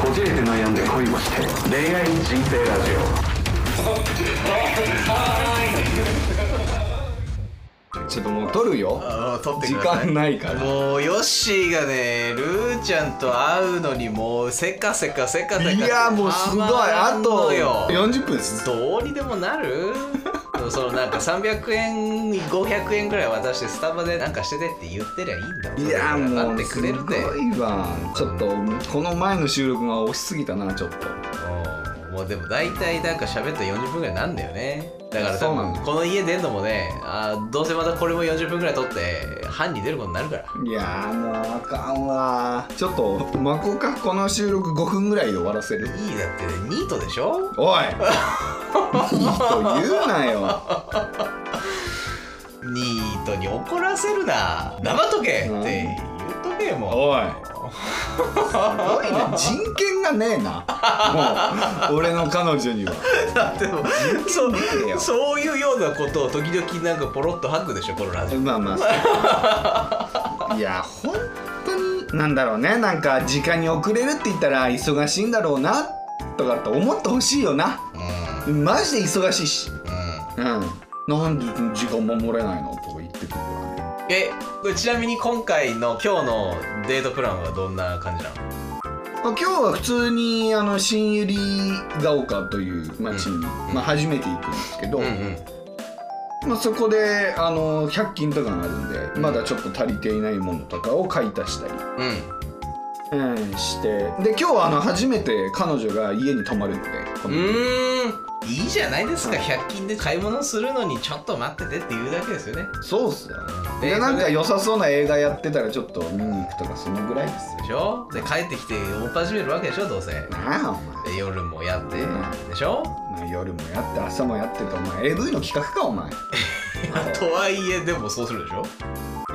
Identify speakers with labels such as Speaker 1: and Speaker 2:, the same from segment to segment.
Speaker 1: こじれて悩んで恋をして恋愛人生ラジ
Speaker 2: ちょっともう撮るよ
Speaker 3: あー撮って
Speaker 2: 時
Speaker 3: ください
Speaker 2: 間ないから
Speaker 3: もうヨッシーがねルーちゃんと会うのにもうせかせかせかせか
Speaker 2: いやもうすごいあと
Speaker 3: よ
Speaker 2: 40分です
Speaker 3: どうにでもな るそのなんか300円に500円ぐらい渡してスタバでなんかしててって言ってりゃいいん
Speaker 2: い
Speaker 3: だ
Speaker 2: や
Speaker 3: それぐら
Speaker 2: も
Speaker 3: なっ
Speaker 2: う
Speaker 3: て
Speaker 2: す
Speaker 3: く
Speaker 2: ご
Speaker 3: れるで
Speaker 2: いわちょっとこの前の収録が押しすぎたなちょっと
Speaker 3: うんもうでも大体なんか喋ったら40分ぐらいなんだよねだから多
Speaker 2: そうなん
Speaker 3: 分
Speaker 2: だ
Speaker 3: この家出んのもねあーどうせまたこれも40分ぐらい撮って班に出ることになるから
Speaker 2: いやーもうあかんわちょっとまこかこの収録5分ぐらいで終わらせる
Speaker 3: いいだってニートでしょ
Speaker 2: おいいいと言うなよ
Speaker 3: ニートに怒らせるな黙っとけって
Speaker 2: うん
Speaker 3: 言っとけよもう
Speaker 2: おいすごいね人権がねえなもう俺の彼女には
Speaker 3: でも そう
Speaker 2: えよ
Speaker 3: そういうようなことを時々なんかポロッと吐くでしょこのラジオ
Speaker 2: まあまあいや本当になんだろうねなんか時間に遅れるって言ったら忙しいんだろうなとかって思ってほしいよな
Speaker 3: うんうん
Speaker 2: マジで忙しいしうんなんで時間守れないのとか言ってくるからね
Speaker 3: えこれちなみに今回の今日のデートプランはどんな感じなの
Speaker 2: まあ今日は普通にあの新百合ヶ丘という町に、まあ、初めて行くんですけど、
Speaker 3: うん
Speaker 2: まあ、そこであの100均とかがあるんでまだちょっと足りていないものとかを買い足したり
Speaker 3: うん
Speaker 2: う
Speaker 3: うん
Speaker 2: ん、してで今日はあの初めて彼女が家に泊まるのでこ
Speaker 3: う
Speaker 2: の
Speaker 3: ーんいいじゃないですか100均で買い物するのにちょっと待っててって言うだけですよね
Speaker 2: そうっすよ
Speaker 3: で
Speaker 2: でなん
Speaker 3: そ
Speaker 2: か
Speaker 3: れ
Speaker 2: 良さそうな映画やってたらちょっと見に行くとかそのぐらいですよ
Speaker 3: でしょで帰ってきてオーパー閉めるわけでしょどうせ
Speaker 2: なあお
Speaker 3: で夜もやって
Speaker 2: うん
Speaker 3: でしょ
Speaker 2: 前、まあ、夜もやって朝もやってとお前 AV の企画かお前
Speaker 3: とはいえでもそうするでしょ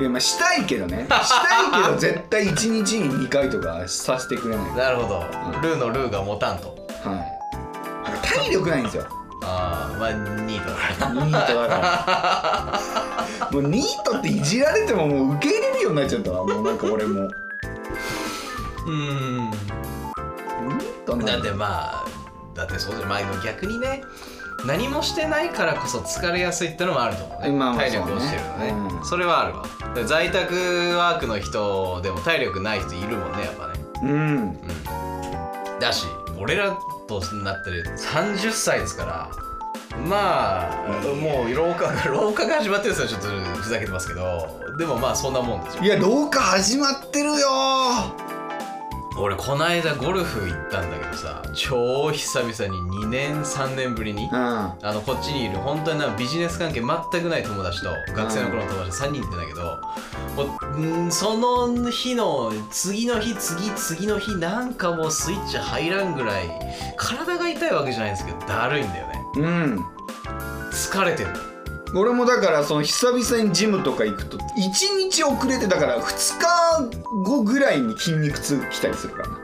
Speaker 2: いやまあしたいけどねしたいけど絶対1日に2回とかさせてくれないか
Speaker 3: なるほど
Speaker 2: うん
Speaker 3: ルーのルーが持たんと
Speaker 2: ら、はい、体力ないんですよ
Speaker 3: ああまあニートだから
Speaker 2: ニートだからもうニートっていじられてももう受け入れるようになっちゃったわもうなんか俺も
Speaker 3: うーん
Speaker 2: ニートなん
Speaker 3: だってまあだってそうでまあでも逆にね何もしてないからこそ疲れやすいってのもあると思うね、
Speaker 2: まあまあ
Speaker 3: 体力落ちてるのね
Speaker 2: そうねうん
Speaker 3: それはあるわで在宅ワークの人でも体力ない人いるもんねやっぱね
Speaker 2: うん
Speaker 3: うんだし俺らとなってる30歳ですからまあもう老 化が老化が始まってるんですよちょっとふざけてますけどでもまあそんなもんですよ
Speaker 2: いや廊下始まってるよ
Speaker 3: 俺この間ゴルフ行ったんだけどさ超久々に2年3年ぶりに
Speaker 2: う
Speaker 3: あのこっちにいる本当になビジネス関係全くない友達と学生の頃の友達3人いてんだけど、もうんその日の次の日次次の日なんかもうスイッチ入らんぐらい体が痛いわけじゃないんですけどだるいんだよね
Speaker 2: んうん
Speaker 3: 疲れてる
Speaker 2: 俺もだからその久々にジムとか行くと1日遅れてだから2日後ぐらいに筋肉痛来たりするからな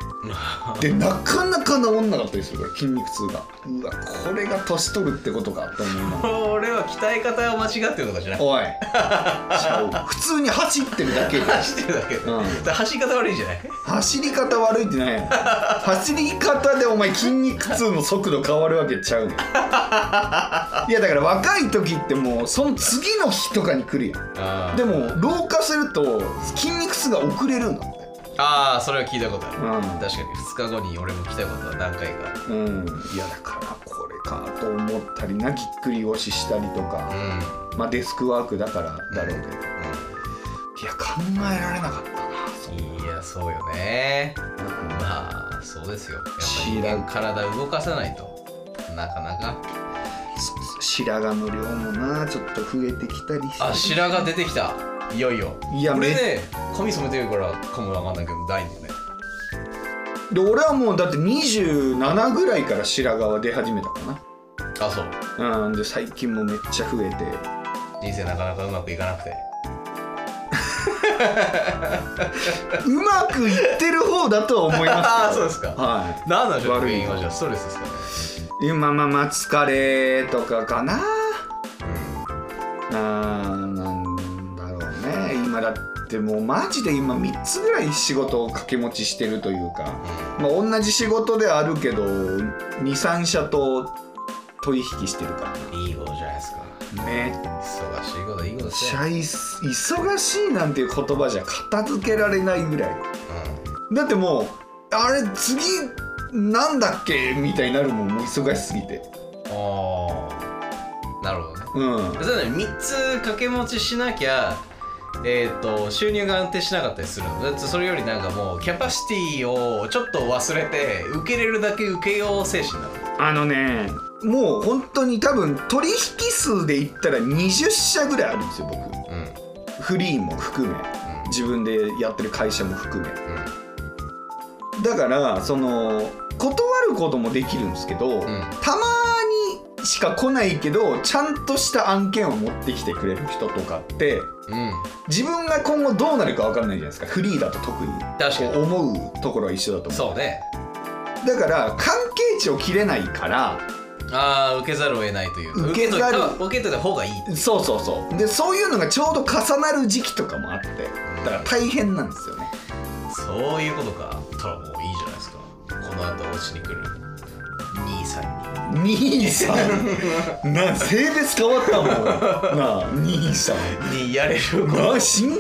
Speaker 2: でなかなか治んなかったりするから筋肉痛がうわこれが年取るってことかと思いながら
Speaker 3: 俺は鍛え方を間違ってるとかじゃなくて
Speaker 2: おいちゃう普通に走ってるだけで
Speaker 3: 走ってるだけで、
Speaker 2: うん
Speaker 3: だから走り方悪いんじゃない
Speaker 2: 走り方悪いってないやん走り方でお前筋肉痛の速度変わるわけちゃうねんいやだから若い時ってもうその次の日とかに来るやん
Speaker 3: あ
Speaker 2: でも老化すると筋肉痛が遅れるんだって
Speaker 3: あーそれは聞いたことあ
Speaker 2: う
Speaker 3: る、
Speaker 2: ん
Speaker 3: 確かに2日後に俺も来たことは何回かある
Speaker 2: うんいやだからこれかと思ったりなぎっくり腰したりと
Speaker 3: う
Speaker 2: か、
Speaker 3: ん
Speaker 2: まあデスクワークだからだろうけど、いや考えられなかった
Speaker 3: いやそうよね
Speaker 2: な
Speaker 3: まあそうですよやっぱ
Speaker 2: 知
Speaker 3: り
Speaker 2: らん
Speaker 3: 体動かさないとなかなか
Speaker 2: 白髪の量もなちょっと増えてきたりして
Speaker 3: あ白髪出てきたいよいよ
Speaker 2: いや
Speaker 3: 俺
Speaker 2: めっ
Speaker 3: ね髪染めてるからかもわかんないけどないんだよね
Speaker 2: で俺はもうだって27ぐらいから白髪は出始めたか
Speaker 3: あそう
Speaker 2: なうんで最近もめっちゃ増えて
Speaker 3: 人生なかなかうまくいかなくて
Speaker 2: うまくいってる方だとは思います
Speaker 3: あーそうですか
Speaker 2: は
Speaker 3: 何なんでしょう
Speaker 2: 悪い
Speaker 3: 原因はじゃあストレスですかね
Speaker 2: い今まあまあ疲れとかかな
Speaker 3: うん
Speaker 2: あーなんだろうね今だってでもうマジで今3つぐらい仕事を掛け持ちしてるというか、まあ、同じ仕事ではあるけど23社と取引してるか
Speaker 3: いいことじゃないですから
Speaker 2: ね
Speaker 3: 忙しいこといいことです
Speaker 2: し
Speaker 3: よ、
Speaker 2: ゃい忙しいなんていう言葉じゃ片付けられないぐらいだってもうあれ次なんだっけみたいになるもんもう忙しすぎて
Speaker 3: うん、ああなるほどね
Speaker 2: うん
Speaker 3: そうだね3つ掛け持ちしなきゃえー、と収入が安定しなかったりするのだってそれよりなんかもうキャパシティをちょっと忘れて受けれるだけ受けよう精神なの
Speaker 2: あのねもう本当に多分取引数で言ったら20社ぐらいあるんですよ僕
Speaker 3: うんうん
Speaker 2: フリーも含め自分でやってる会社も含めだからその断ることもできるんですけど、
Speaker 3: うんうん
Speaker 2: たまにしか来ないけどちゃんとした案件を持ってきてくれる人とかって
Speaker 3: うん
Speaker 2: 自分が今後どうなるか分かんないじゃないですかフリーだと特に
Speaker 3: 確か
Speaker 2: こう
Speaker 3: に
Speaker 2: 思うところは一緒だと思
Speaker 3: そうね
Speaker 2: うだから関係値を切れないから
Speaker 3: ああ受けざるを得ないという
Speaker 2: 受けざる
Speaker 3: 受けといた受けといた方がいい
Speaker 2: そうそうそうでそういうのがちょうど重なる時期とかもあってだから大変なんですよね
Speaker 3: そういうことかたらもういいじゃないですかこの後落ちに来る兄さんに
Speaker 2: 兄さん な性別変わったもん なあ兄さん
Speaker 3: にやれるこ
Speaker 2: な
Speaker 3: と
Speaker 2: あ心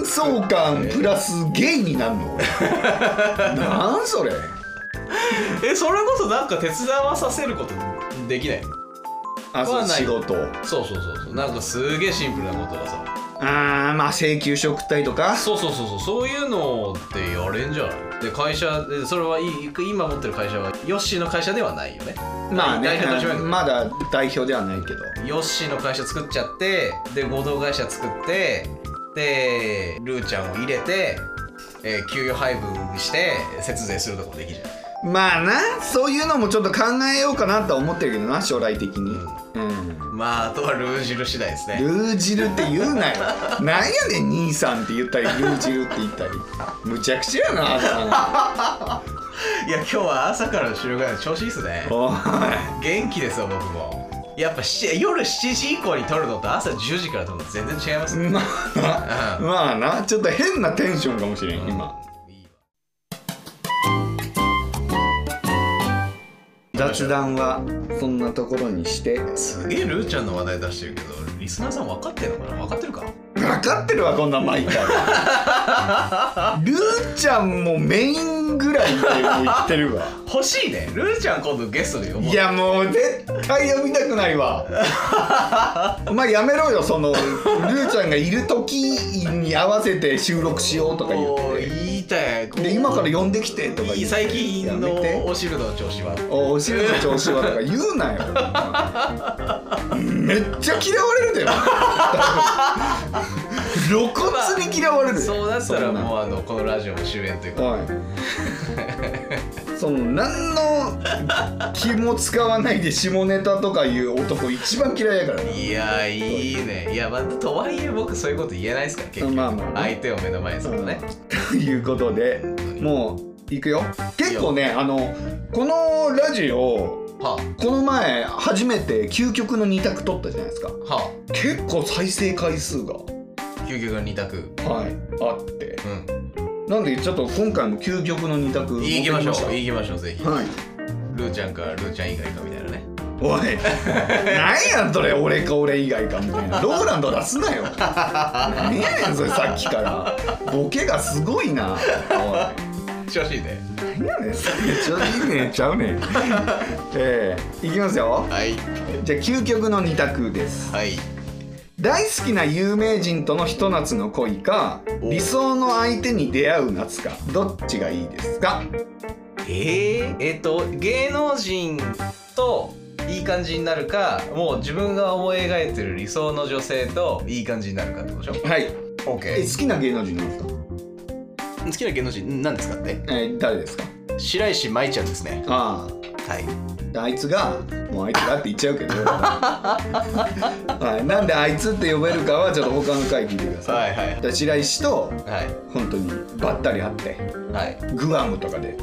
Speaker 2: 筋相関プラスゲイになん の俺なんそれ
Speaker 3: えそれこそなんか手伝わさせることできない
Speaker 2: あ
Speaker 3: は
Speaker 2: そう
Speaker 3: ない
Speaker 2: 仕事
Speaker 3: そうそうそうそうなんかすげえシンプルなことがさ
Speaker 2: ああまあ請求書食ったりとか
Speaker 3: そうそうそうそうそういうのってやれんじゃないで会社でそれはいい今持ってる会社はヨッシーの会社ではないよね
Speaker 2: まあ
Speaker 3: 代
Speaker 2: ね
Speaker 3: 表取締役
Speaker 2: まだ代表ではないけど
Speaker 3: ヨッシーの会社作っちゃってで合同会社作ってでルーちゃんを入れて、えー給与配分して節税するとかできるじゃん
Speaker 2: まあなそういうのもちょっと考えようかなとは思ってるけどな将来的にうん
Speaker 3: まああとはルージュル次第ですね
Speaker 2: ルージルって言うなよ なんやねん兄さんって言ったりルージルって言ったりむちゃくちゃやなあなた
Speaker 3: いや今日は朝からの収録なんで調子いいっすね
Speaker 2: おい
Speaker 3: 元気ですよ僕もやっぱし夜7時以降に撮るのと朝10時から撮るの全然違いますね
Speaker 2: まあなまあなちょっと変なテンションかもしれん今
Speaker 3: いいわ
Speaker 2: 雑談はそんなところにして
Speaker 3: すげえルーちゃんの話題出してるけどリスナーさん分かってるのかな分かってるか
Speaker 2: 分かってるわこんなん毎 回ルーちゃんもメインぐらいってもう言ってるわ
Speaker 3: 欲しいねルーちゃん今度ゲストで呼ぼう
Speaker 2: いやもう絶対呼びたくない わお前やめろよそのルーちゃんがいる時に合わせて収録しようとか言
Speaker 3: もう
Speaker 2: って
Speaker 3: 言いたい
Speaker 2: で今から呼んできてとか言っ
Speaker 3: い
Speaker 2: て
Speaker 3: い最近
Speaker 2: やめ
Speaker 3: の
Speaker 2: て
Speaker 3: お汁の調子は
Speaker 2: おお尻の調子はとか言うなよ めっちゃ嫌われるだよ露骨に嫌われるよ
Speaker 3: そうなったら
Speaker 2: んな
Speaker 3: もうあのこのラジオも終焉というか
Speaker 2: おいその何の気も使わないで下ネタとかいう男一番嫌いやからね
Speaker 3: いやーいいねいやまあとはいえ僕そういうこと言えないですから結局、
Speaker 2: まあまあね
Speaker 3: 相手を目の前にするとね、
Speaker 2: ということでもう行くよ結構ねあのこのラジオ
Speaker 3: は
Speaker 2: この前初めて究極の2択取ったじゃないですか
Speaker 3: あは
Speaker 2: 結構再生回数が、
Speaker 3: あ究極の二択
Speaker 2: はい、あって
Speaker 3: う
Speaker 2: なんでちょっと今回も究極の2択
Speaker 3: ん
Speaker 2: 持って
Speaker 3: 行きましょう
Speaker 2: き
Speaker 3: 行きましょうぜひ、
Speaker 2: たはい
Speaker 3: ルーちゃんかルーちゃん以外かみたいなね
Speaker 2: おい なんやそれ俺か俺以外かみたいなローランド出すなよ何やねんそれさっきからボケがすごいなお
Speaker 3: 調子いいね
Speaker 2: い何やねんそれちょいいねちゃう ねんええいきますよ
Speaker 3: はい
Speaker 2: じゃあ究極の二択です
Speaker 3: はい
Speaker 2: 大好きな有名人とのひと夏の恋か
Speaker 3: お
Speaker 2: 理想の相手に出会う夏かどっちがいいですか
Speaker 3: えー、えっと芸能人といい感じになるかもう自分が思い描いてる理想の女性といい感じになるかってことでし
Speaker 2: はい
Speaker 3: ょ
Speaker 2: え好きな芸能人なんですか、
Speaker 3: 好きな芸能人何ですかって
Speaker 2: えー誰ですか
Speaker 3: 白石舞ちゃんですね
Speaker 2: ああ
Speaker 3: はい
Speaker 2: あいつがもうあいつがって言っちゃうけ ど、はい、なんであいつって呼べるかはちょっと他の回聞いてください、
Speaker 3: いはい
Speaker 2: だから白石と
Speaker 3: はい
Speaker 2: 本当にばったり会って
Speaker 3: はい
Speaker 2: グアムとかで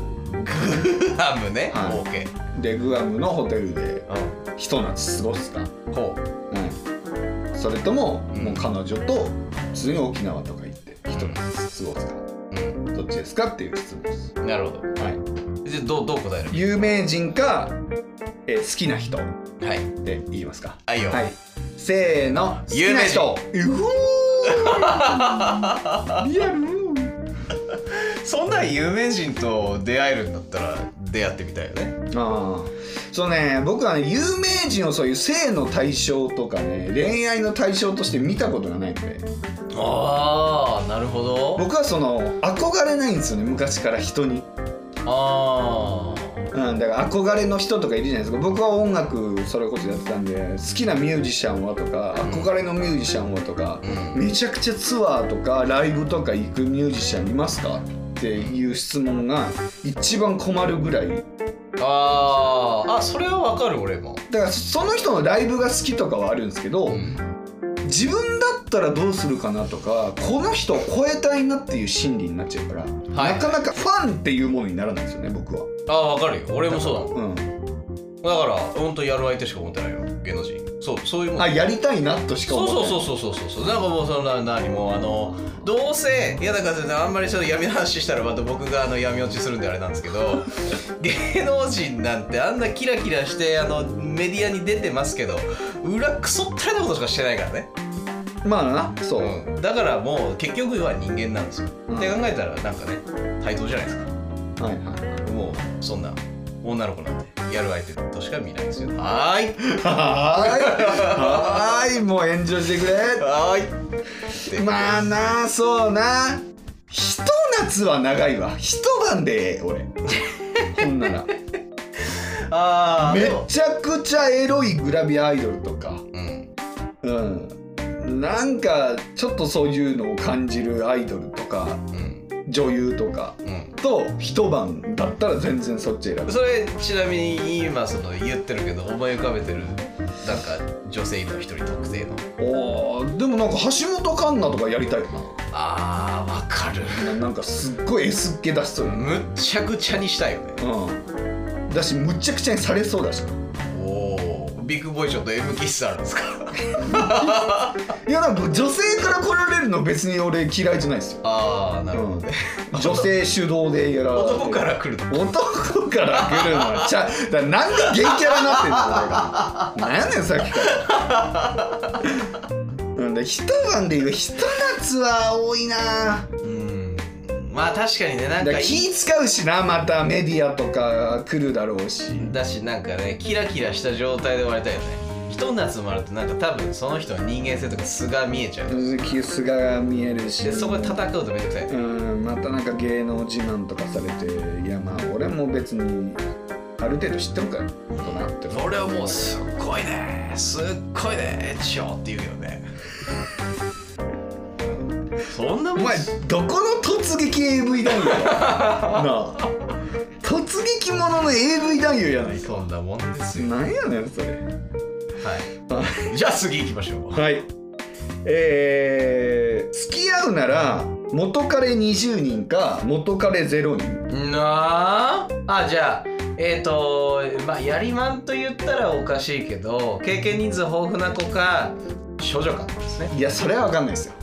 Speaker 3: ハムね、
Speaker 2: はい
Speaker 3: オーケ
Speaker 2: でグアムのホテルで
Speaker 3: ー
Speaker 2: ひと夏過ごすか、
Speaker 3: うんこう
Speaker 2: はい、それとも
Speaker 3: うん
Speaker 2: もう彼女と普通に沖縄とか行ってひと人の質を使うどっちですかっていう質問です
Speaker 3: うんなるほどはいじゃあどうどう答え
Speaker 2: 有名人か、えー好きな人っ
Speaker 3: るはい
Speaker 2: て言いますか
Speaker 3: あいいよ、
Speaker 2: はいせーの好き
Speaker 3: 有
Speaker 2: な
Speaker 3: 名
Speaker 2: 人
Speaker 3: 人
Speaker 2: うふ ーリアル
Speaker 3: そんな有名人と出会えるんだったら出会ってみたいよね
Speaker 2: ああそうね僕はね有名人をそういう性の対象とかね恋愛の対象として見たことがないので
Speaker 3: ああなるほど
Speaker 2: 僕はその憧れないんですよね昔から人に、
Speaker 3: あ
Speaker 2: うん、だから憧れの人とかいるじゃないですか僕は音楽それこそやってたんで好きなミュージシャンはとか
Speaker 3: ん
Speaker 2: 憧れのミュージシャンはとか
Speaker 3: あ、うん
Speaker 2: めちゃくちゃツアーとかライブとか行くミュージシャンいますかっていう質問が一番困るぐらい
Speaker 3: あーあそれはわかる俺も、
Speaker 2: だからその人のライブが好きとかはあるんですけど、
Speaker 3: うん、
Speaker 2: 自分だったらどうするかなとかこの人を超えたいなっていう心理になっちゃうから、
Speaker 3: い
Speaker 2: なかなかファンっていうものにならないんですよね僕は。
Speaker 3: ああわかるよ俺もそうだもん
Speaker 2: う
Speaker 3: だから本当やる相手しか思ってないよ芸能人そうそういうも
Speaker 2: ん、
Speaker 3: ん
Speaker 2: あやりたいなとしか
Speaker 3: そ
Speaker 2: 思って
Speaker 3: う
Speaker 2: な
Speaker 3: そ
Speaker 2: いう
Speaker 3: そうそうそうそうそうなんかもうそんな何もうあのどうせいやだからあんまりちょっと闇の話したらまた僕があの闇落ちするんであれなんです けど芸能人なんてあんなキラキラしてあのメディアに出てますけど裏クソったれなことしかしてないからね、
Speaker 2: まあなそう、
Speaker 3: うん、だからもう結局は人間なんですよ、
Speaker 2: うん
Speaker 3: って考えたらなんかね対等じゃないですか
Speaker 2: はいはい
Speaker 3: もうそんな女の子なんてやる相手としか見ないですよはーい
Speaker 2: はーいはーいもう炎上してくれ
Speaker 3: はーい
Speaker 2: まあなそうなひと夏は長いわ一晩でええ俺ほんなら
Speaker 3: ああ
Speaker 2: めちゃくちゃエロいグラビアアイドルとか
Speaker 3: うん
Speaker 2: うん、なんかちょっとそういうのを感じるアイドルとか
Speaker 3: うん
Speaker 2: 女優とか
Speaker 3: うん
Speaker 2: と一晩だったら全然そっち選ぶ
Speaker 3: それちなみに今その言ってるけど思い浮かべてるなんか女性の一人特定の
Speaker 2: おーでもなんか橋本環奈とかやりたいよ
Speaker 3: あーわかる
Speaker 2: ななんかすっごい S っ気出しそうやな
Speaker 3: むっちゃくちゃにしたいよね
Speaker 2: うんだしむちゃくちゃにされそうだし
Speaker 3: おおビッグボーイショーと M キッスあるんですか
Speaker 2: いやなんか女性から来られるの別に俺嫌いじゃないですよ、
Speaker 3: ああなる
Speaker 2: う
Speaker 3: ほど
Speaker 2: ん
Speaker 3: ね、、
Speaker 2: 女性主導でやられて
Speaker 3: 男から来るの
Speaker 2: 男から来るのはちゃだからなんでゲイキャラになってんの俺がなんやねんさっきからうんだ一晩で言う一夏は多いな
Speaker 3: うんまあ確かにね
Speaker 2: だ
Speaker 3: なん
Speaker 2: か
Speaker 3: からいい
Speaker 2: 気使うしなまたメディアとか来るだろうし
Speaker 3: だしなんかねキラキラした状態で終わりたいよねひと夏もあるとなんか多分その人の人間性とか素が見えちゃう
Speaker 2: キスが見えるし
Speaker 3: でそこで戦うとめんどくさいね
Speaker 2: うんまたなんか芸能自慢とかされていやまあ俺も別にある程度知ってるからことなって
Speaker 3: 俺はもうすっごいねすっごいねエッチよって言うよねそんな
Speaker 2: お
Speaker 3: もん
Speaker 2: 前どこの突撃 AV 男優やなあ突撃ものの AV 男優やないか
Speaker 3: そんなもんですよ、
Speaker 2: なんやねんそれ
Speaker 3: はいじゃあ次行きましょう
Speaker 2: はいえー、付き合うなら元彼20人か元彼0人
Speaker 3: なああじゃあえっ、とまあやりまんと言ったらおかしいけど経験人数豊富な子か少女かですね
Speaker 2: いやそれは分かんないですよ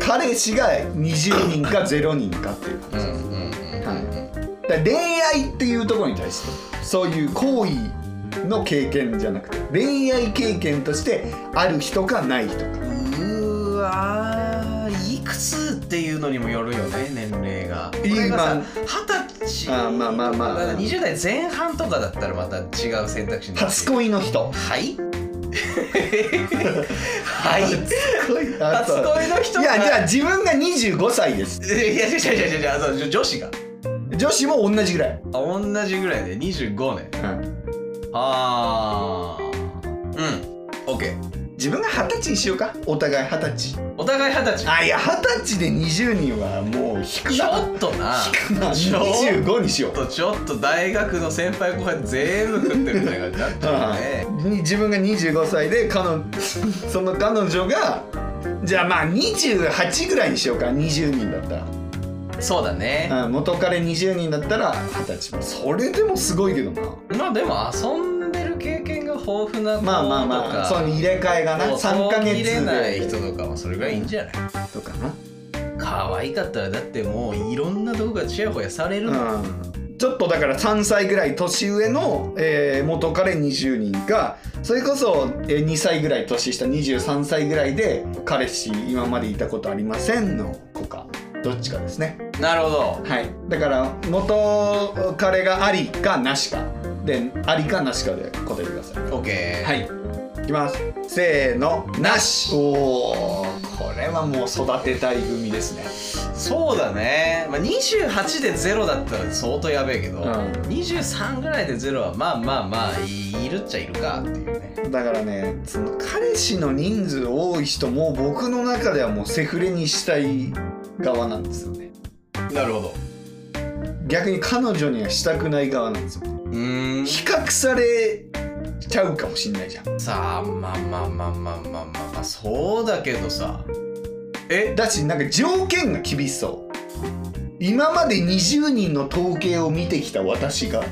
Speaker 2: 彼氏が20人か0人かっていう
Speaker 3: うん
Speaker 2: 話です、
Speaker 3: うんうん
Speaker 2: はだから恋愛っていうところに対してそういう行為の経験じゃなくて恋愛経験としてある人かない人か
Speaker 3: うーわーいくつっていうのにもよるよね年齢がこ
Speaker 2: い
Speaker 3: れがさ
Speaker 2: ま
Speaker 3: 二十歳
Speaker 2: あーまあまあまあ
Speaker 3: だから20代前半とかだったらまた違う選択肢になって
Speaker 2: 初恋の人
Speaker 3: はい はい
Speaker 2: 初恋あ
Speaker 3: 初
Speaker 2: そう
Speaker 3: 恋の人
Speaker 2: いやじゃあ
Speaker 3: あ
Speaker 2: 自分が25歳です
Speaker 3: いやいやいやいやいやそう女女子が
Speaker 2: 女子も同じぐらい、
Speaker 3: あ同じぐらいで25年あーうんオッケー
Speaker 2: 自分が二十歳にしようかお互い二十歳
Speaker 3: お互い二十歳
Speaker 2: あいや二十歳で20人はもう引く
Speaker 3: ちょ
Speaker 2: な
Speaker 3: っとな
Speaker 2: 引くな
Speaker 3: ちょっ
Speaker 2: 25にしよう
Speaker 3: とちょっと大学の先輩後輩全部食ってるみたいな感じだったもん ね
Speaker 2: はいに自分が25歳で彼女その 彼女がじゃあまあ28ぐらいにしようか20人だったら
Speaker 3: そうだね、
Speaker 2: うん元彼20人だったら二十歳それでもすごいけどな
Speaker 3: まあでも遊んでる経験が豊富な子とか
Speaker 2: まあまあまあその入れ替えがな
Speaker 3: もう
Speaker 2: 3ヶ月
Speaker 3: 入れない人
Speaker 2: で
Speaker 3: とかはそれぐらいいいんじゃない
Speaker 2: とかな
Speaker 3: か可愛かったらだってもういろんなとこがちやほやされるの、
Speaker 2: うんちょっとだから3歳ぐらい年上の、えー元彼20人がそれこそ、えー2歳ぐらい年下23歳ぐらいで「彼氏今までいたことありません」の子かどっちかですね
Speaker 3: なるほど
Speaker 2: はいだから元彼がありかなしかでありかなしかで答えてください
Speaker 3: OK
Speaker 2: はいいきますせーのなしおーこれはもう育てたい組ですね
Speaker 3: そうだね、まあ、28で0だったら相当やべえけど、
Speaker 2: うん
Speaker 3: 23ぐらいで0はまあまあまあいいるっちゃいるかっていうね
Speaker 2: だからねその彼氏の人数多い人も僕の中ではもうセフレにしたい側なんですよね
Speaker 3: なるほど
Speaker 2: 逆に彼女にはしたくない側なんですよ
Speaker 3: うーん
Speaker 2: 比較されちゃうかもしんないじゃん
Speaker 3: さあまあまあまあまあまあまあ、まあ、そうだけどさえ
Speaker 2: だしなんか条件が厳しそう今まで20人の統計を見てきた私が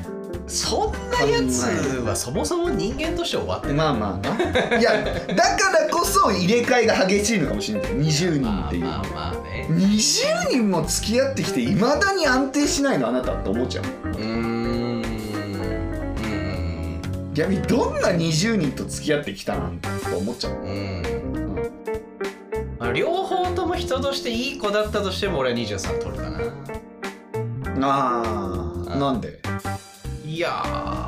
Speaker 3: そんなやつはそもそも人間として終わってない
Speaker 2: まあまあないやだからこそ入れ替えが激しいのかもしれない20人
Speaker 3: ま
Speaker 2: っ
Speaker 3: あ
Speaker 2: ていう、
Speaker 3: まあまあね
Speaker 2: 20人も付き合ってきていまだに安定しないのあなたって思っちゃう
Speaker 3: うーんうーん
Speaker 2: 逆にどんな20人と付き合ってきたなんて思っちゃう、
Speaker 3: うーんまあ両方とも人としていい子だったとしても俺は23取るかな
Speaker 2: あ
Speaker 3: あ
Speaker 2: なんで
Speaker 3: いや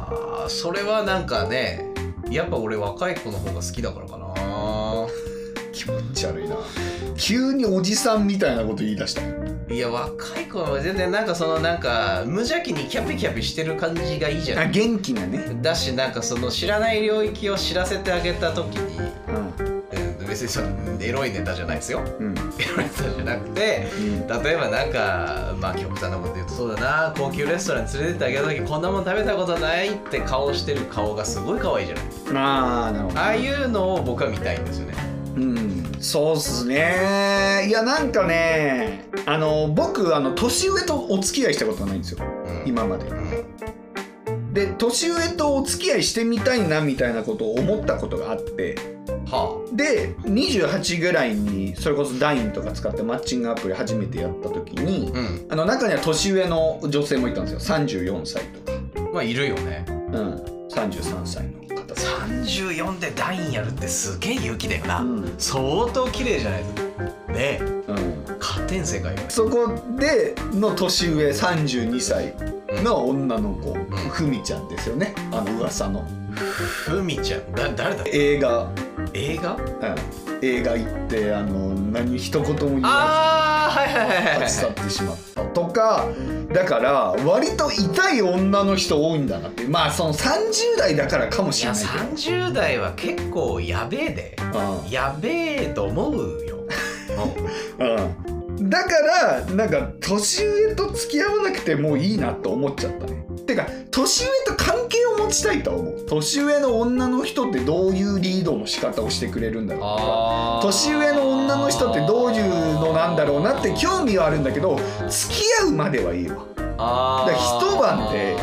Speaker 3: ーそれはなんかねやっぱ俺若い子の方が好きだからかな
Speaker 2: 気持ち悪いな急におじさんみたいなこと言い出した
Speaker 3: いや若い子は全然なんかそのなんか無邪気にキャピキャピしてる感じがいいじゃん
Speaker 2: 元気なね、
Speaker 3: だしなんかその知らない領域を知らせてあげた時に、
Speaker 2: う
Speaker 3: うん、別にそのエロいネタじゃないですよ
Speaker 2: んうん
Speaker 3: エロいネタじゃなくて例えばなんかまあ極端なこと言うとそうだな高級レストランに連れてってあげた時こんなもん食べたことないって顔してる顔がすごい可愛いじゃない
Speaker 2: ああなるほど
Speaker 3: ああいうのを僕は見たいんですよね
Speaker 2: うんそうっすねいやなんかねあの僕あの年上とお付き合いしたことないんですよ
Speaker 3: うん
Speaker 2: 今まで
Speaker 3: うん
Speaker 2: で年上とお付き合いしてみたいなみたいなことを思ったことがあって
Speaker 3: は
Speaker 2: で28ぐらいにそれこそ LINE とか使ってマッチングアプリ初めてやった時に、
Speaker 3: あうん
Speaker 2: あの中には年上の女性もいたんですよ34歳とか、
Speaker 3: まあいるよね
Speaker 2: うん、33歳の方とか
Speaker 3: 34でダインやるってすげえ勇気だよな、
Speaker 2: うん
Speaker 3: 相当綺麗じゃないとねえ
Speaker 2: うん、
Speaker 3: 勝てん世界よね
Speaker 2: そこでの年上32歳の女の子ふみちゃんですよねあの噂の
Speaker 3: ふみちゃんだ誰だ
Speaker 2: 映画、うん、
Speaker 3: 映画
Speaker 2: 映画行ってあの何一言も言わ
Speaker 3: ああはいはい
Speaker 2: ず
Speaker 3: はいは
Speaker 2: 立
Speaker 3: い
Speaker 2: ち去ってしまったとかだから割と痛い女の人多いんだなってまあその30代だからかも
Speaker 3: い
Speaker 2: しれ
Speaker 3: や
Speaker 2: ないけ
Speaker 3: 30代は結構やべえで
Speaker 2: ど、うん
Speaker 3: やべえと思うよ
Speaker 2: うん、だからなんか年上と付き合わなくてもういいなと思っちゃったねてか年上と関係を持ちたいとは思う年上の女の人ってどういうリードの仕方をしてくれるんだろうとか
Speaker 3: あー
Speaker 2: 年上の女の人ってどういうのなんだろうなって興味はあるんだけど付き合うまではいいわ
Speaker 3: あー
Speaker 2: だから一晩で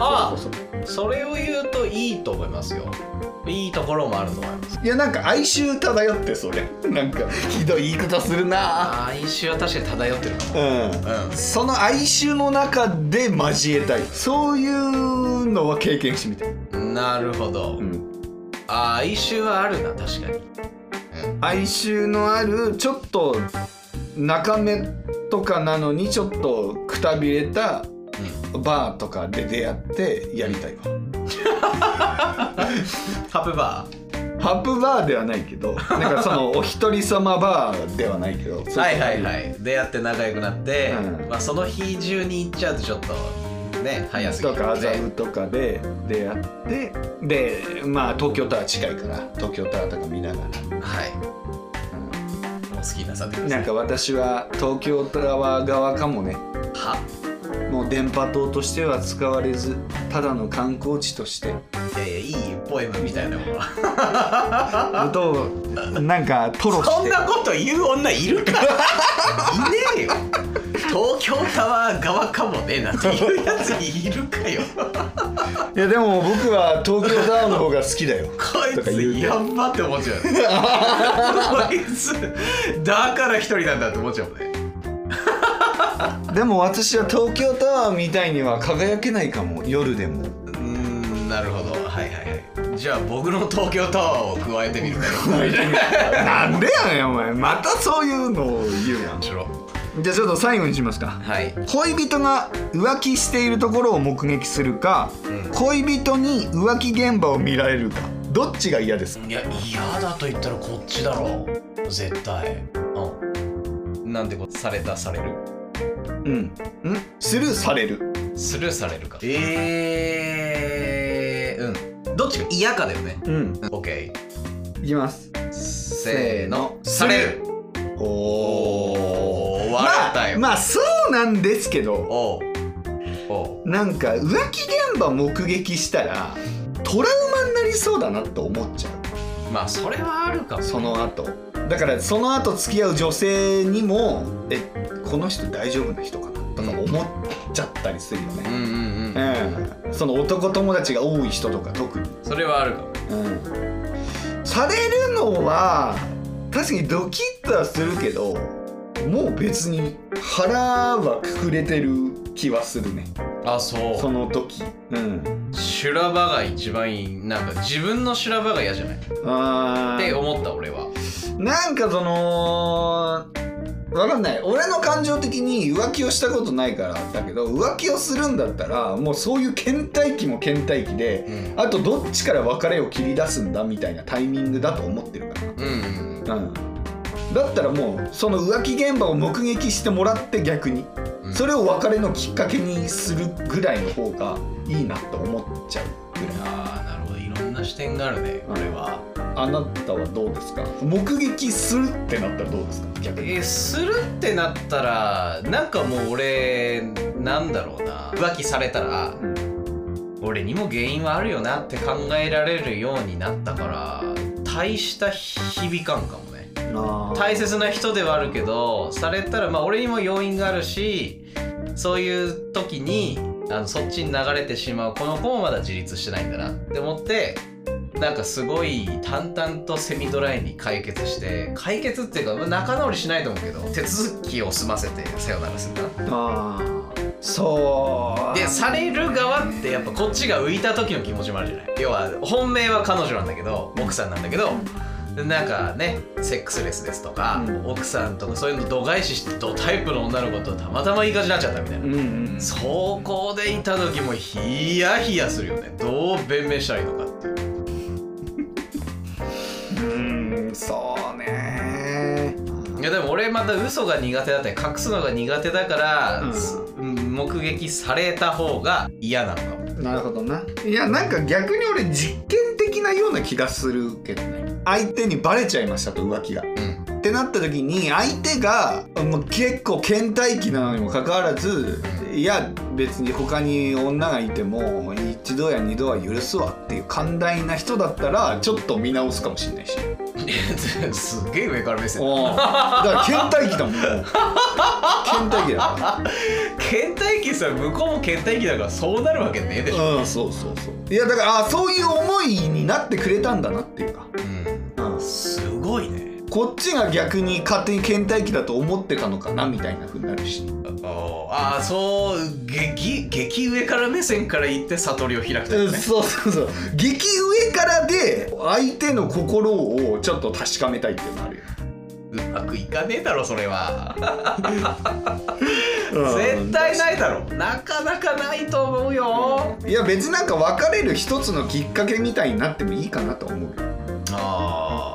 Speaker 3: あ
Speaker 2: そうそう
Speaker 3: あそれを言うといいと思いますよいいところもあると思います
Speaker 2: いやなんか哀愁漂ってそれ なんかひどい言い方するな
Speaker 3: ああ一周は確かに漂ってるかも
Speaker 2: うん
Speaker 3: うん
Speaker 2: その哀愁の中で交えたいそういうのは経験してみたい、
Speaker 3: なるほど、
Speaker 2: ん、
Speaker 3: ああ哀愁はあるな確かに、うん
Speaker 2: 哀愁のあるちょっと中目とかなのにちょっとくたびれたバーとかで出会ってやりたいわ
Speaker 3: カップバ
Speaker 2: ハプバーではないけどなんかそのお一人様バーではないけど
Speaker 3: ーはいはいはいい出会って仲良くなって、
Speaker 2: うん
Speaker 3: まあ、その日中に行っちゃうとちょっとね早すぎ
Speaker 2: と
Speaker 3: る
Speaker 2: か
Speaker 3: ね
Speaker 2: 麻布とかで出会ってでまあ東京タワー近いから東京タワーとか見ながら
Speaker 3: はい、もう好きになさってくださ
Speaker 2: ないんか私は東京タワー側かもね
Speaker 3: は
Speaker 2: もう電波塔としては使われずただの観光地として
Speaker 3: いやいやいいポエムみたいなものは
Speaker 2: ことをなんかトロ
Speaker 3: そ
Speaker 2: し
Speaker 3: ん
Speaker 2: て
Speaker 3: なこと言う女いるかいねえよ東京タワー側かもねなんて言うやついるかよ
Speaker 2: いやでも僕は東京タワーの方が好きだ よ
Speaker 3: こい
Speaker 2: とか言う
Speaker 3: つ
Speaker 2: ね
Speaker 3: やんばって思っちゃうこいつだから一人なんだって思っちゃうもんね
Speaker 2: でも私は東京タワーみたいには輝けないかも夜でも
Speaker 3: うーんなるほどはいはいはいじゃあ僕の東京タワーを加えてみるか
Speaker 2: なんでやねんお前またそういうのを言うやん
Speaker 3: 面白
Speaker 2: じゃあちょっと最後にしますか
Speaker 3: はい
Speaker 2: 恋人が浮気しているところを目撃するか、恋人に浮気現場を見られるかどっちが嫌ですか
Speaker 3: いや嫌だと言ったらこっちだろ絶対うんなんてことされたされる
Speaker 2: うんんスルーされる
Speaker 3: スルーされるかえー、うんどっちが嫌かだよね
Speaker 2: うん
Speaker 3: オッケ
Speaker 2: いきます
Speaker 3: ーせーのされる
Speaker 2: お
Speaker 3: おー笑った
Speaker 2: まあ
Speaker 3: よ、
Speaker 2: まあそうなんですけど
Speaker 3: おうおう
Speaker 2: なんか浮気現場目撃したらトラウマになりそうだなと思っちゃう
Speaker 3: まあそれはあるかも
Speaker 2: その後だからその後付き合う女性にもえこの人大丈夫な人かなとか思っちゃったりするよ
Speaker 3: う
Speaker 2: ね、
Speaker 3: んうん
Speaker 2: う
Speaker 3: うん
Speaker 2: んその男友達が多い人とか特に、
Speaker 3: それはあるかも
Speaker 2: うん、されるのは確かにドキッとはするけどもう別に腹はくくれてる気はするね
Speaker 3: あそう
Speaker 2: その時うん
Speaker 3: 修羅場が一番いいなんか自分の修羅場が嫌じゃないっ
Speaker 2: あー
Speaker 3: て思った俺は
Speaker 2: なんかそのわかんない俺の感情的に浮気をしたことないからだけど浮気をするんだったらもうそういう倦怠期も倦怠期で、
Speaker 3: うん
Speaker 2: あとどっちから別れを切り出すんだみたいなタイミングだと思ってるか
Speaker 3: うんうん
Speaker 2: ら、うん、だったらもうその浮気現場を目撃してもらって逆に、
Speaker 3: うん
Speaker 2: それを別れのきっかけにするぐらいの方がいいなと思っちゃうぐらい
Speaker 3: ああなるほどいろんな視点があるね
Speaker 2: うん
Speaker 3: 俺は
Speaker 2: あなたはどうですか目撃するってなったらどうですか逆に
Speaker 3: えするってなったらなんかもう俺なんだろうな浮気されたら
Speaker 2: うん
Speaker 3: 俺にも原因はあるよなって考えられるようになったから大した響かんかもね
Speaker 2: あー
Speaker 3: 大切な人ではあるけどされたらまあ俺にも要因があるしそういう時にあのそっちに流れてしまうこの子もまだ自立してないんだなって思ってなんかすごい淡々とセミドライに解決して解決っていうかまあ仲直りしないと思うけど手続きを済ませてさよならするんだな
Speaker 2: あーそう
Speaker 3: でされる側ってやっぱこっちが浮いた時の気持ちもあるじゃない要は本命は彼女なんだけど奥さんなんだけどなんかねセックスレスですとか、
Speaker 2: うん
Speaker 3: 奥さんとかそういうの度外視してドタイプの女の子とたまたまいい感じになっちゃったみたいな、
Speaker 2: うんうん
Speaker 3: そこでいた時もヒヤヒヤするよねどう弁明したらいいのかっていう
Speaker 2: うんそうね
Speaker 3: いやでも俺また嘘が苦手だったり隠すのが苦手だから、
Speaker 2: うん
Speaker 3: すうん目撃された方が嫌なのかも
Speaker 2: なるほどないやなんか逆に俺実験的なような気がするけどね相手にバレちゃいましたと浮気が ってなった時に相手がもう結構倦怠期なのにもかかわらずいや別に他に女がいても一度や二度は許すわっていう寛大な人だったらちょっと見直すかもしれないし
Speaker 3: うんすっげえ上から目 線
Speaker 2: おだから倦怠期だもんもう倦怠期だか
Speaker 3: 倦怠期さ向こうも倦怠期だからそうなるわけねえでしょ、
Speaker 2: らうんそうそうそういやだからあそういう思いになってくれたんだなっていうか、うん
Speaker 3: すごいね
Speaker 2: こっちが逆に勝手に倦怠期だと思ってたのかなみたいな風になるし
Speaker 3: ああそう激激上から目線から言って悟りを開くというかね
Speaker 2: そうそうそう激上からで相手の心をちょっと確かめたいっていうのあるよ、
Speaker 3: うまくいかねえだろそれは絶対ないだろなかなかないと思うよ
Speaker 2: いや別になんか別れる一つのきっかけみたいになってもいいかなと思うよ
Speaker 3: あ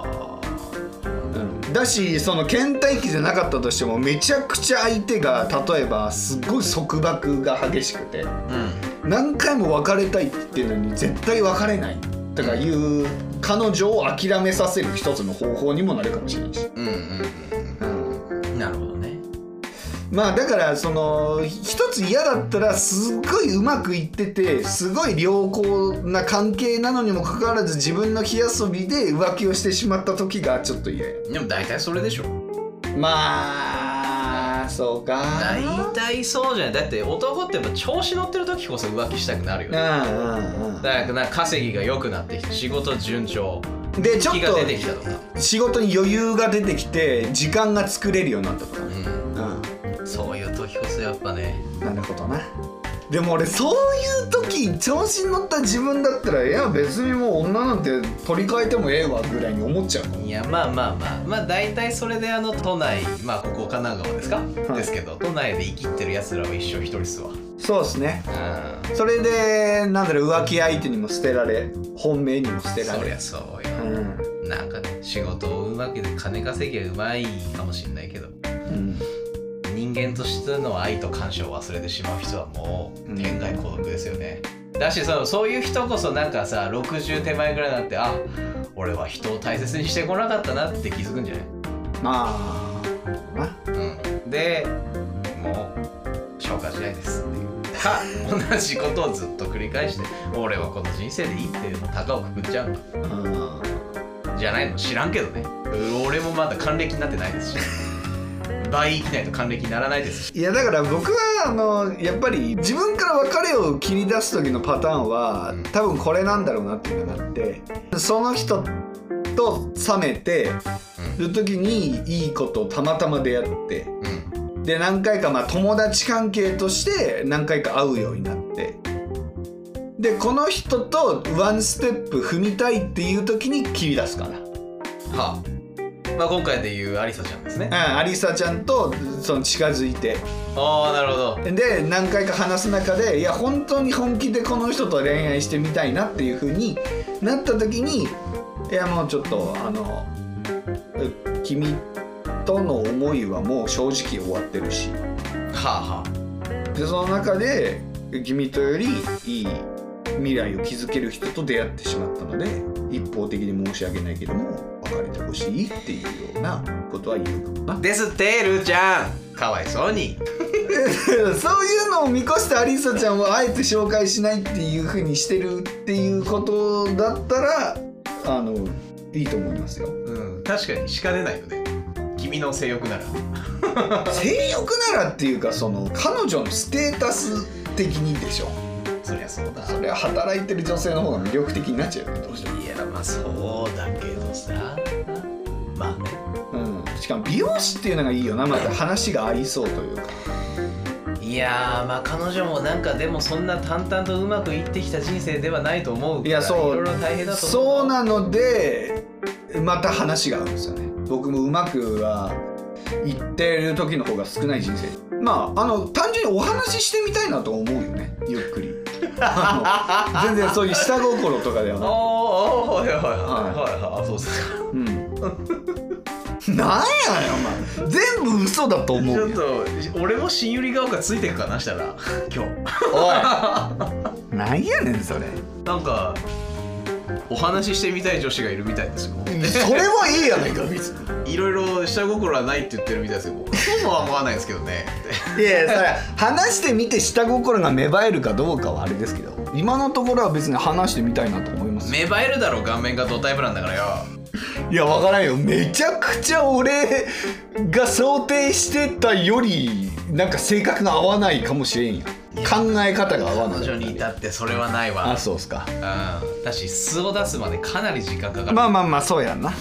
Speaker 2: だしその倦怠期じゃなかったとしてもめちゃくちゃ相手が例えばすごい束縛が激しくて
Speaker 3: あうん
Speaker 2: 何回も別れたいって言ってるのに絶対別れないとかいう彼女を諦めさせる一つの方法にもなるかもしれないし、
Speaker 3: うんうんうんなるほどね
Speaker 2: まあだからその一つ嫌だったらすっごいうまくいっててすごい良好な関係なのにもかかわらず自分の火遊びで浮気をしてしまった時がちょっと嫌や
Speaker 3: でも大体それでしょ
Speaker 2: まあそうか
Speaker 3: 大体そうじゃないだって男ってやっぱ調子乗ってる時こそ浮気したくなるよね
Speaker 2: うんうんう
Speaker 3: だからなんか稼ぎが良くなってきて仕事順調
Speaker 2: んでちょっ
Speaker 3: 気が出てき
Speaker 2: と
Speaker 3: たとか、
Speaker 2: 仕事に余裕が出てきて時間が作れるようになったとか
Speaker 3: うん、
Speaker 2: う
Speaker 3: そういう時こそやっぱね
Speaker 2: なるほどなでも俺そういう時調子に乗った自分だったらいや別にもう女なんて取り替えてもええわぐらいに思っちゃうもん
Speaker 3: いやまあまあまあまあ大体それであの都内まあここ神奈川ですか、
Speaker 2: い
Speaker 3: ですけど都内で生きてるやつらは一生一人っすわ
Speaker 2: そうですね
Speaker 3: う
Speaker 2: それでなんだろう浮気相手にも捨てられ本命にも捨て
Speaker 3: ん
Speaker 2: ら
Speaker 3: そり
Speaker 2: れ
Speaker 3: ゃそう
Speaker 2: う
Speaker 3: よ、
Speaker 2: ん、
Speaker 3: なんかね仕事をうまくで金稼ぎはうまいかもしんないけど
Speaker 2: うん、
Speaker 3: 人間としての愛と感謝を忘れてしまう人はもう天外孤独ですよね、だしそのそういう人こそなんかさ60手前ぐらいになってあ俺は人を大切にしてこなかったなって気づくんじゃない
Speaker 2: まあな
Speaker 3: うん、でもう消化試合ですっていうか同じことをずっと繰り返して俺はこの人生でいいっていうの高をくくっちゃう
Speaker 2: うん
Speaker 3: じゃないの知らんけどねう俺もまだ還暦になってないですし倍生きないと還暦にならないですし
Speaker 2: いやだから僕はあのやっぱり自分から別れを切り出す時のパターンは
Speaker 3: うん
Speaker 2: 多分これなんだろうなっていうのがあってその人と冷めてる時にいいことをたまたま出会って
Speaker 3: うん
Speaker 2: で何回かまあ友達関係として何回か会うようになってでこの人とワンステップ踏みたいっていう時に切り出すかな。
Speaker 3: はあまあ今回でいうアリサちゃんですね
Speaker 2: うん、アリサちゃんとその近づいて
Speaker 3: ああなるほど
Speaker 2: で何回か話す中でいや本当に本気でこの人と恋愛してみたいなっていう風になった時にいやもうちょっとあのう君との思いはもう正直終わってるし
Speaker 3: はあは
Speaker 2: でその中で君とよりいい未来を築ける人と出会ってしまったので一方的に申し訳ないけども別れてほしいっていうようなことは言うかもな
Speaker 3: あですてるちゃんかわいそうに
Speaker 2: そういうのを見越してアリサちゃんをあえて紹介しないっていうふうにしてるっていうことだったらあのいいと思いますよ
Speaker 3: うん確かにしか出ないよね君の性欲なら
Speaker 2: 性欲ならっていうかその彼女のステータス的にでしょ
Speaker 3: そりゃそうだ
Speaker 2: それは働いてる女性の方が魅力的になっちゃうよねどうしても、
Speaker 3: いやまあそうだけどさまあね
Speaker 2: うん、しかも美容師っていうのがいいよなまた話が合いそうというか
Speaker 3: いやーまあ彼女もなんかでもそんな淡々とうまくいってきた人生ではないと思うから
Speaker 2: いやそう
Speaker 3: ろいろ大変だと思う
Speaker 2: そうなのでまた話が合うんですよね僕もうまくは言ってる時の方が少ない人生まああの単純にお話ししてみたいなと思うよねゆっくりあの全然そういう下心とかでは
Speaker 3: お
Speaker 2: な
Speaker 3: ー おーはいはいはいはいはいそうですか
Speaker 2: い、うん、なんやねんお前全部嘘だと思う
Speaker 3: ち
Speaker 2: よ
Speaker 3: ょっと俺も新百合が丘ついてくかなしたら今日
Speaker 2: おいなんやねんそれ
Speaker 3: なんかお話ししてみたい女子がいるみたいですよ
Speaker 2: それはいいやないか別に
Speaker 3: いろいろ下心はないって言ってるみたいですよそうは思わないですけどねって
Speaker 2: いやいやそれ話してみて下心が芽生えるかどうかはあれですけど今のところは別に話してみたいなと思います
Speaker 3: 芽生えるだろ顔面がドタイプなんだからよ
Speaker 2: いやわからんよめちゃくちゃ俺が想定してたよりなんか性格が合わないかもしれんや考え方が合わない
Speaker 3: 彼女に至ってそれはないわ
Speaker 2: あそうっすか
Speaker 3: うんだし素を出すまでかなり時間かかる、
Speaker 2: まあまあまあそうやんな、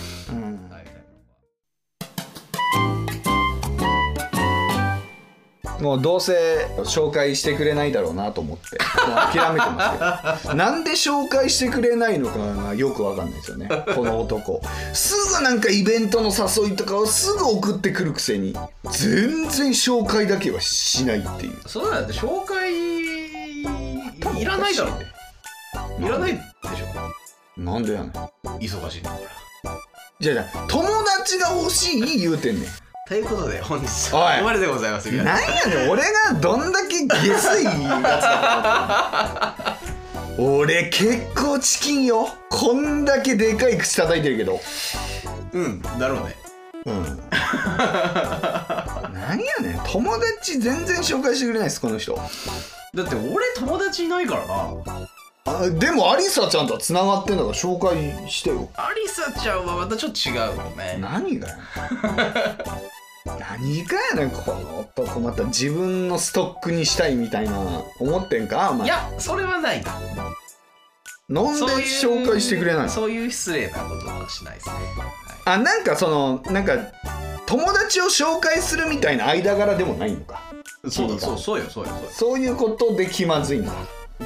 Speaker 2: もうどうせ紹介してくれないだろうなと思ってもう諦めてますけど なんで紹介してくれないのかがよくわかんないですよねこの男すぐなんかイベントの誘いとかをすぐ送ってくるくせに全然紹介だけはしないっていう
Speaker 3: そうなんだ紹介いらないだろいらないでし
Speaker 2: なんでやねん
Speaker 3: ょ忙しいんだから
Speaker 2: じゃあじゃあ友達が欲しい言うてんねん
Speaker 3: ということで本日
Speaker 2: お
Speaker 3: は
Speaker 2: い
Speaker 3: ここまででございます皆さん
Speaker 2: なんやねん俺がどんだけ下水やつだと思ってんの俺結構チキンよこんだけでかい口叩いてるけど
Speaker 3: うんだろうね
Speaker 2: うんなんやねん友達全然紹介してくれないですこの人
Speaker 3: だって俺友達いないからな
Speaker 2: あでもアリサちゃんとはつながってんだから紹介してよ
Speaker 3: アリサちゃんはまたちょっと違うよね
Speaker 2: 何がよ何がやねんこの男また自分のストックにしたいみたいな思ってんかお
Speaker 3: い
Speaker 2: 前
Speaker 3: やそれはない
Speaker 2: なんで
Speaker 3: そういう
Speaker 2: 紹介してくれないの
Speaker 3: そういう失礼なことはしないですね、はい
Speaker 2: あなんかそのなんか友達を紹介するみたいな間柄でもないのか
Speaker 3: そ
Speaker 2: 君
Speaker 3: うだ
Speaker 2: が
Speaker 3: そうそうよそうよそうよ
Speaker 2: そういうことで気まずいんだ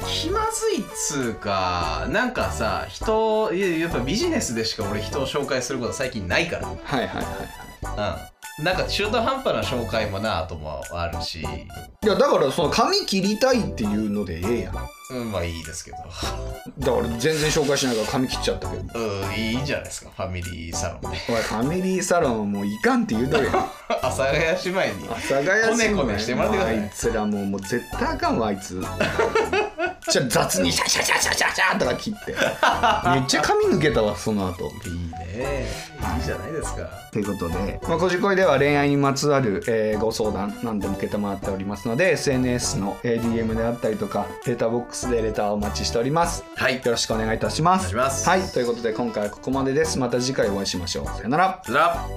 Speaker 3: 気まずいっつうかなんかさ人いややっぱビジネスでしか俺人を紹介すること最近ないから
Speaker 2: はいはいはいはい
Speaker 3: うんなんか中途半端な紹介もなぁともあるし
Speaker 2: いやだからその髪切りたいっていうのでええやんだか
Speaker 3: うんまあいいですけど
Speaker 2: ら全然紹介しないから髪切っちゃったけど
Speaker 3: うんいいんじゃないですかファミリーサロンで
Speaker 2: おいファミリーサロンはもういかんって言うとるやん
Speaker 3: 阿佐ヶ谷姉妹に
Speaker 2: 阿佐ヶ谷姉妹
Speaker 3: こねこねしてもらってください
Speaker 2: あいつらもうもう絶対あかんわあいつじゃあ雑にシャシャシャシャシャシャとか切ってめっちゃ髪抜けたわその後
Speaker 3: いいねいいじゃないですか
Speaker 2: ということで、まあ、こじこいでは恋愛にまつわる、えーご相談何でも承っておりますので SNS の DM であったりとかデーターボックスでレターをお待ちしております
Speaker 3: はい
Speaker 2: よろしくお願いいたしま
Speaker 3: お願い
Speaker 2: す
Speaker 3: します
Speaker 2: はいということで今回はここまでですまた次回お会いしましょうさよなら
Speaker 3: ずら